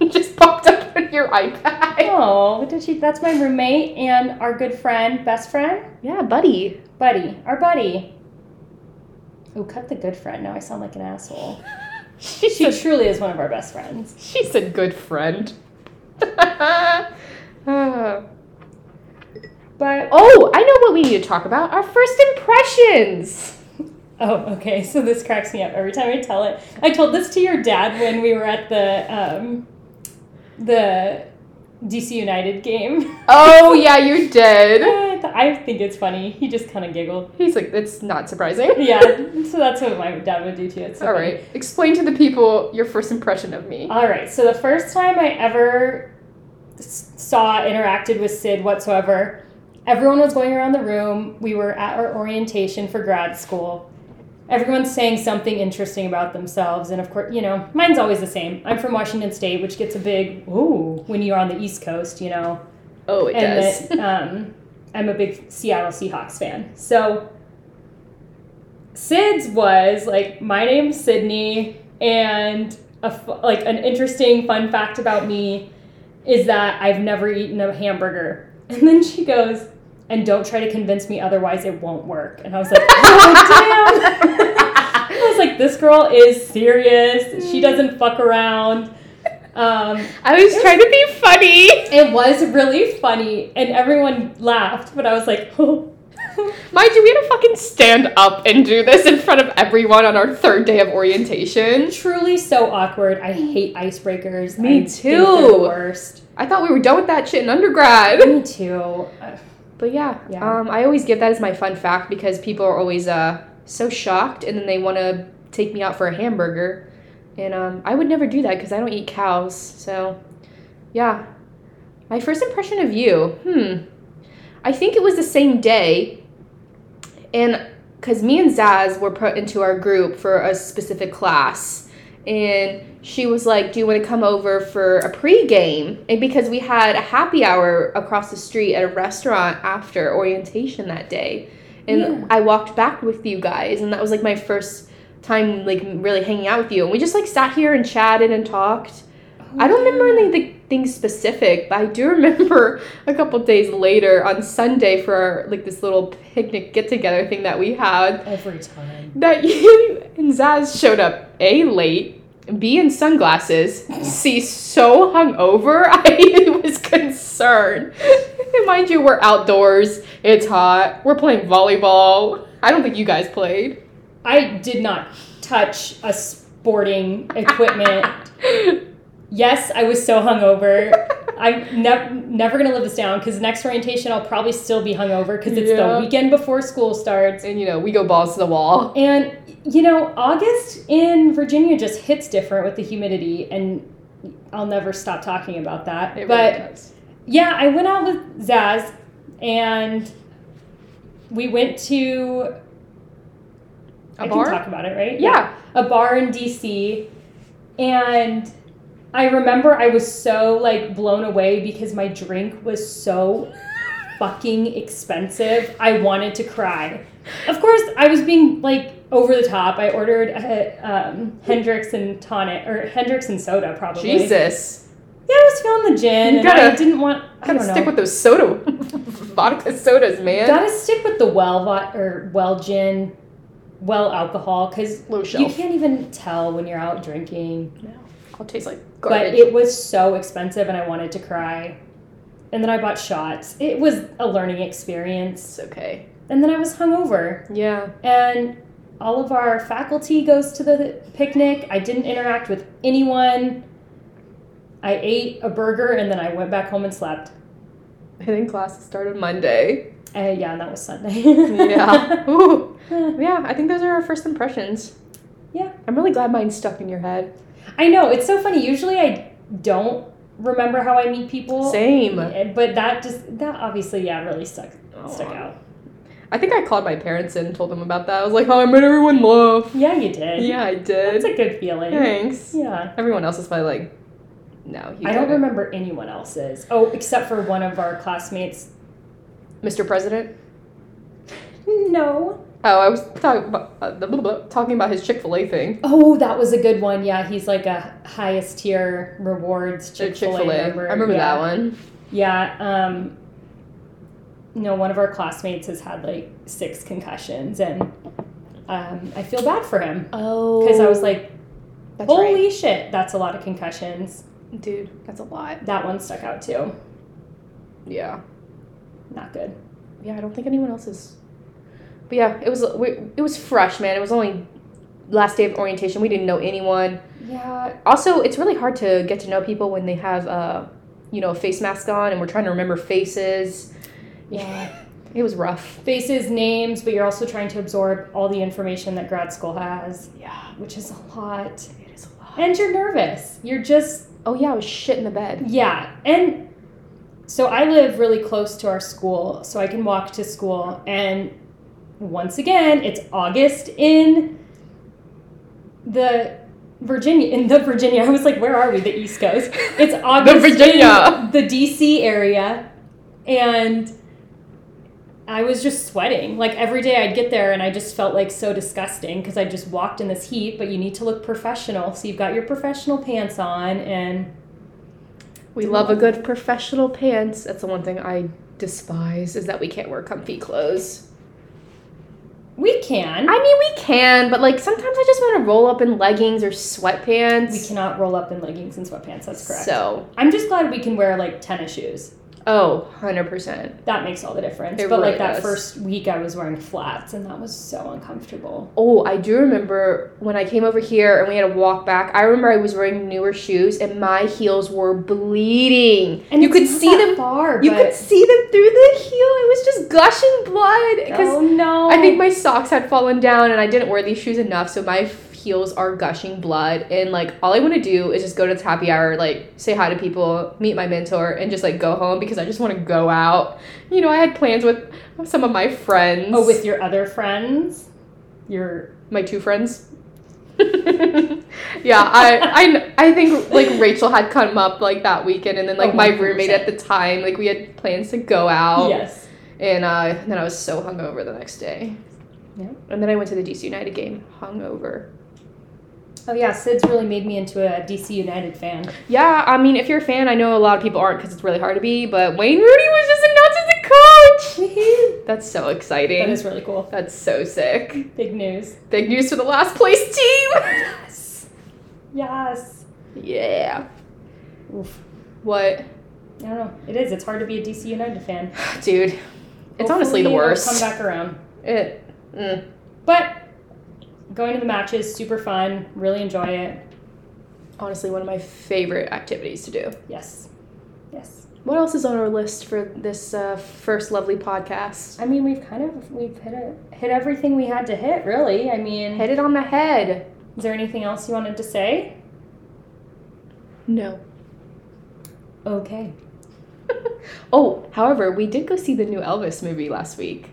S1: Just popped up on your iPad.
S2: oh, what did she? That's my roommate and our good friend, best friend,
S1: Yeah, buddy.
S2: buddy, our buddy. Oh, cut the good friend. Now I sound like an asshole.
S1: She
S2: She truly is one of our best friends.
S1: She's a good friend. Uh,
S2: But
S1: oh, I know what we need to talk about. Our first impressions.
S2: oh, okay. So this cracks me up every time I tell it. I told this to your dad when we were at the um, the DC United game.
S1: Oh yeah, you're dead.
S2: I think it's funny. He just kind of giggled.
S1: He's like, that's not surprising.
S2: Yeah, so that's what my dad would do too. It's so
S1: All
S2: funny.
S1: right. Explain to the people your first impression of me.
S2: All right. So the first time I ever s- saw interacted with Sid whatsoever, everyone was going around the room. We were at our orientation for grad school. Everyone's saying something interesting about themselves, and of course, you know, mine's always the same. I'm from Washington State, which gets a big ooh when you're on the East Coast, you know
S1: Oh, it
S2: and
S1: does.
S2: that um, I'm a big Seattle Seahawks fan. So Sid's was like, my name's Sydney, and a f- like an interesting fun fact about me is that I've never eaten a hamburger. And then she goes, and don't try to convince me otherwise, it won't work. And I was like, oh, damn. I was like, this girl is serious. She doesn't fuck around. Um,
S1: I was trying to be funny.
S2: it was really funny, and everyone laughed, but I was like, oh.
S1: Mind you, we had to fucking stand up and do this in front of everyone on our third day of orientation.
S2: Truly so awkward. I hate icebreakers.
S1: Me
S2: I think they're
S1: too.
S2: the worst.
S1: I thought we were done with that shit in undergrad.
S2: Me too. Uh,
S1: But yeah,
S2: Yeah.
S1: Um, I always give that as my fun fact because people are always uh, so shocked and then they want to take me out for a hamburger. And um, I would never do that because I don't eat cows. So yeah. My first impression of you, hmm. I think it was the same day. And because me and Zaz were put into our group for a specific class. And she was like, Do you want to come over for a pregame? And because we had a happy hour across the street at a restaurant after orientation that day. And
S2: Yeah.
S1: I walked back with you guys, and that was like my first time like really hanging out with you. And we just like sat here and chatted and talked. I don't remember
S2: Mm.
S1: anything thing specific, but I do remember a couple days later on Sunday for our, like this little picnic get together thing that we had
S2: every time.
S1: that you and Zaz showed up A late, B in sunglasses, C so hungover, I was concerned. And mind you, we're outdoors, it's hot, we're playing volleyball. I don't think you guys played.
S2: I did not touch a sporting equipment. yes, I was so hungover. I'm nev- never gonna live this down because next orientation I'll probably still be hungover because it's
S1: Yeah.
S2: the weekend before school starts.
S1: and you know, we go balls to the wall.
S2: And you know, August in Virginia just hits different with the humidity, and I'll never stop talking about that.
S1: It
S2: but
S1: really does.
S2: yeah, I went out with Zaz and we went to
S1: A
S2: I
S1: bar?
S2: can talk about it, right?
S1: yeah.
S2: A bar in DC. And I remember I was so like blown away because my drink was so fucking expensive. I wanted to cry. Of course, I was being like over the top. I ordered a, um, Hendrix and tonic or Hendrix and soda probably.
S1: Jesus.
S2: Yeah, I was feeling the gin
S1: You
S2: and
S1: gotta-
S2: I didn't want I
S1: Gotta
S2: don't know.
S1: stick with those soda, vodka sodas, man.
S2: Gotta stick with the well vo- or well gin, well alcohol, because
S1: Low
S2: you
S1: shelf.
S2: can't even tell when you're out drinking.
S1: I'll taste like
S2: But
S1: garbage.
S2: it was so expensive, and I wanted to cry. And then I bought shots. It was a learning experience.
S1: it's okay.
S2: And then I was hungover,
S1: Yeah.
S2: and all of our faculty goes to the picnic. I didn't interact with anyone. I ate a burger, and then I went back home and slept.
S1: I think classes started Monday.
S2: Uh, yeah, and that was Sunday.
S1: Yeah. Ooh. Yeah, I think those are our first impressions.
S2: Yeah.
S1: I'm really glad mine stuck in your head.
S2: I know it's so funny. Usually, I don't remember how I meet people.
S1: Same.
S2: Yeah, But that just that obviously, yeah, really stuck stuck out.
S1: I think I called my parents and told them about that. I was like, oh, I made everyone laugh.
S2: Yeah, you did.
S1: Yeah, I did.
S2: That's a good feeling.
S1: Thanks.
S2: Yeah.
S1: Everyone else is probably like, no, you
S2: I don't
S1: did it.
S2: remember anyone else's. Oh, except for one of our classmates.
S1: Mr. President?
S2: No.
S1: Oh, I was talking about, uh, blah, blah, blah, talking about his Chick fil A thing.
S2: Oh, that was a good one. Yeah, he's like a highest tier rewards Chick Fil A.
S1: I remember that one.
S2: Yeah. Um, no, one of our classmates has had like six concussions, and um, I feel bad for him
S1: Oh.
S2: because I was like,
S1: that's
S2: "Holy shit, that's a lot of concussions."
S1: right. Dude, that's a lot.
S2: That one stuck out too.
S1: Yeah.
S2: Not good.
S1: yeah, I don't think anyone else is. But yeah, it was we, it was fresh, man. It was only last day of orientation. We didn't know anyone.
S2: Yeah.
S1: Also, it's really hard to get to know people when they have uh, you know, a face mask on and we're trying to remember faces.
S2: Yeah.
S1: It was rough.
S2: Faces, names, but you're also trying to absorb all the information that grad school has,
S1: Yeah,
S2: which is a lot.
S1: it is a lot.
S2: And you're nervous. You're just
S1: Oh yeah, I was shit in the bed.
S2: Yeah, and so I live really close to our school, so I can walk to school. And once again, it's August in the Virginia, in the Virginia. I was like, where are we? The East Coast. It's August
S1: Virginia.
S2: in the DC area, and I was just sweating. Like every day, I'd get there, and I just felt like so disgusting because I just walked in this heat. But you need to look professional, so you've got your professional pants on, and
S1: We love a good professional pants. That's the one thing I despise is that we can't wear comfy clothes.
S2: We can.
S1: I mean, we can, but like sometimes I just want to roll up in leggings or sweatpants.
S2: We cannot roll up in leggings and sweatpants. That's correct.
S1: So
S2: I'm just glad we can wear like tennis shoes.
S1: Oh, 100%.
S2: That makes all the difference.
S1: It
S2: but
S1: really
S2: like that
S1: does.
S2: first week, I was wearing flats, and that was so uncomfortable.
S1: Oh, I do remember when I came over here and we had to walk back. I remember I was wearing newer shoes and my heels were bleeding.
S2: And
S1: you
S2: it's
S1: could
S2: not
S1: see
S2: that
S1: them.
S2: far.
S1: You
S2: but,
S1: could see them through the heel. It was just gushing blood because
S2: Oh no!
S1: I think my socks had fallen down and I didn't wear these shoes enough, so my f- heels are gushing blood. And like, all I want to do is just go to this happy hour, like, say hi to people, meet my mentor, and just like go home because I just want to go out. You know, I had plans with some of my friends.
S2: oh, with your other friends, your
S1: my two friends. yeah, I, I I think like Rachel had come up like that weekend, and then like
S2: Oh,
S1: my
S2: 100%.
S1: roommate at the time, like we had plans to go out,
S2: yes.
S1: and uh, then I was so hungover the next day.
S2: Yeah.
S1: And then I went to the DC United game hungover.
S2: Oh yeah, Sid's really made me into a DC United fan.
S1: Yeah, I mean, if you're a fan, I know a lot of people aren't because it's really hard to be, but Wayne Rooney was just announced as a coach. That's so exciting.
S2: That is really cool.
S1: That's so sick.
S2: Big news.
S1: Big news for the last place team.
S2: Yes. Yes.
S1: yeah.
S2: Oof.
S1: What?
S2: I don't know. It is. It's hard to be a DC United fan. It's
S1: Dude, it's honestly the worst.
S2: uh, Come back around.
S1: It, mm.
S2: But going to the matches, super fun. Really enjoy it.
S1: honestly, one of my favorite activities to do.
S2: Yes. Yes.
S1: What else is on our list for this uh, first lovely podcast?
S2: I mean, we've kind of we've hit a, hit everything we had to hit. Really. I mean,
S1: Hit it on the head.
S2: is there anything else you wanted to say?
S1: No.
S2: Okay.
S1: Oh, however, we did go see the new Elvis movie last week.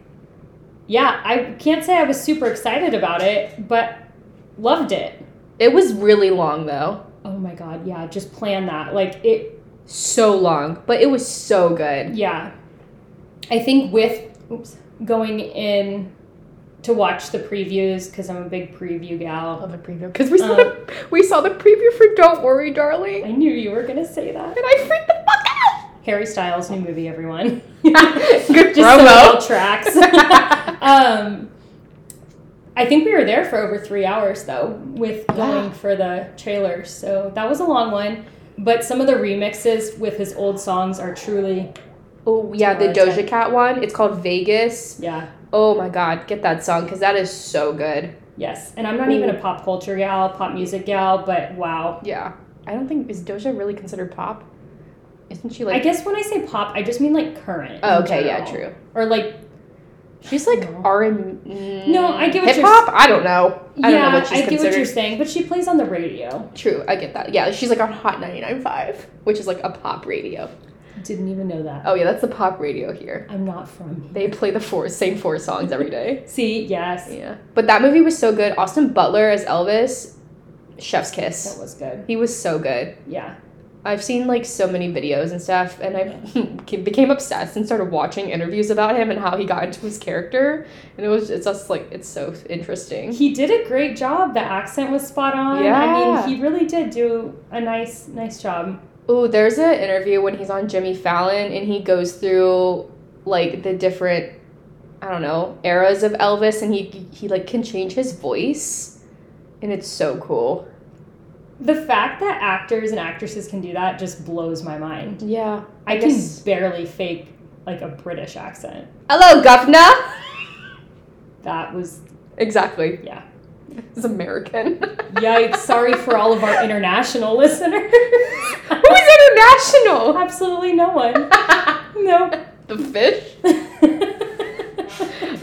S2: Yeah, I can't say I was super excited about it, but loved it.
S1: It was really long though.
S2: Oh my god, yeah, just plan that. Like it
S1: So long, but it was so good.
S2: Yeah. I think with oops, going in to watch the previews because I'm a big preview gal.
S1: love the preview Um, because we saw the we saw the preview for Don't Worry, Darling,
S2: I
S1: and
S2: knew you were gonna say that.
S1: I freaked the fuck out.
S2: Harry Styles new movie, everyone.
S1: Good
S2: Just so it
S1: promo.
S2: all tracks. um, I think we were there for over three hours though with going
S1: Yeah.
S2: for the trailer, so that was a long one. But some of the remixes with his old songs are truly,
S1: Oh yeah, the
S2: Tomorrow,
S1: Doja Cat one. It's called Vegas.
S2: yeah,
S1: Oh my god, get that song because that is so good.
S2: yes. And I'm not even a pop culture gal, pop music gal, but wow,
S1: Yeah, I don't think is Doja really considered pop? Isn't she
S2: I
S1: like?
S2: guess when I say pop, I just mean like current. in
S1: oh, okay, yeah,
S2: general.
S1: true.
S2: Or like,
S1: She's like
S2: No.
S1: R and
S2: No, I get what you're
S1: hip hop. I don't know.
S2: yeah,
S1: I don't know what she's
S2: I get what
S1: considered.
S2: you're saying, but she plays on the radio.
S1: True, I get that. Yeah, she's like on Hot 99.5, which is like a pop radio.
S2: Didn't even know that.
S1: Oh yeah, that's the pop radio here.
S2: I'm not from. here.
S1: They play the four same four songs every day.
S2: See, yes,
S1: Yeah, but that movie was so good. Austin Butler as Elvis, Chef's
S2: that
S1: Kiss.
S2: was good.
S1: He was so good.
S2: Yeah,
S1: Mm-hmm. I've seen like so many videos and stuff, and I became obsessed and started watching interviews about him and how he got into his character. And it was it's just like it's so interesting.
S2: he did a great job. The accent was spot on. I
S1: Yeah.
S2: mean, he really did do a nice, nice job.
S1: Oh, there's an interview when he's on Jimmy Fallon and he goes through like the different I don't know eras of Elvis, and he he like can change his voice, and it's so cool.
S2: The fact that actors and actresses can do that just blows my mind.
S1: Yeah,
S2: I,
S1: I
S2: can
S1: guess-
S2: barely fake like a British accent.
S1: hello, governor.
S2: That was
S1: Exactly.
S2: Yeah.
S1: he's American.
S2: yikes. Sorry for all of our international listeners.
S1: Who is international?
S2: Absolutely no one. No.
S1: the fish?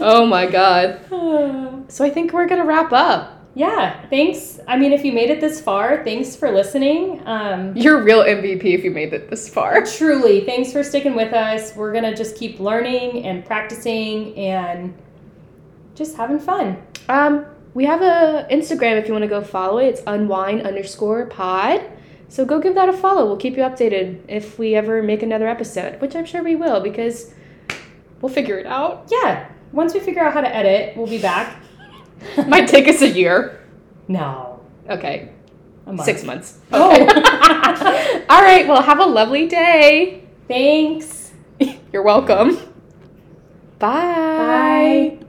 S1: Oh my god. So I think we're gonna wrap up.
S2: yeah, thanks. I mean, if you made it this far, thanks for listening. Um,
S1: You're a real MVP if you made it this far.
S2: truly, thanks for sticking with us. We're going to just keep learning and practicing and just having fun.
S1: Um, we have a Instagram if you want to go follow it. It's unwind underscore pod. So go give that a follow. We'll keep you updated if we ever make another episode, which I'm sure we will because we'll figure it out.
S2: Yeah, once we figure out how to edit, we'll be back.
S1: Might take us a year.
S2: no.
S1: Okay,
S2: A month.
S1: six months.
S2: Oh.
S1: All right. Well, have a lovely day.
S2: thanks.
S1: You're welcome. Bye.
S2: Bye.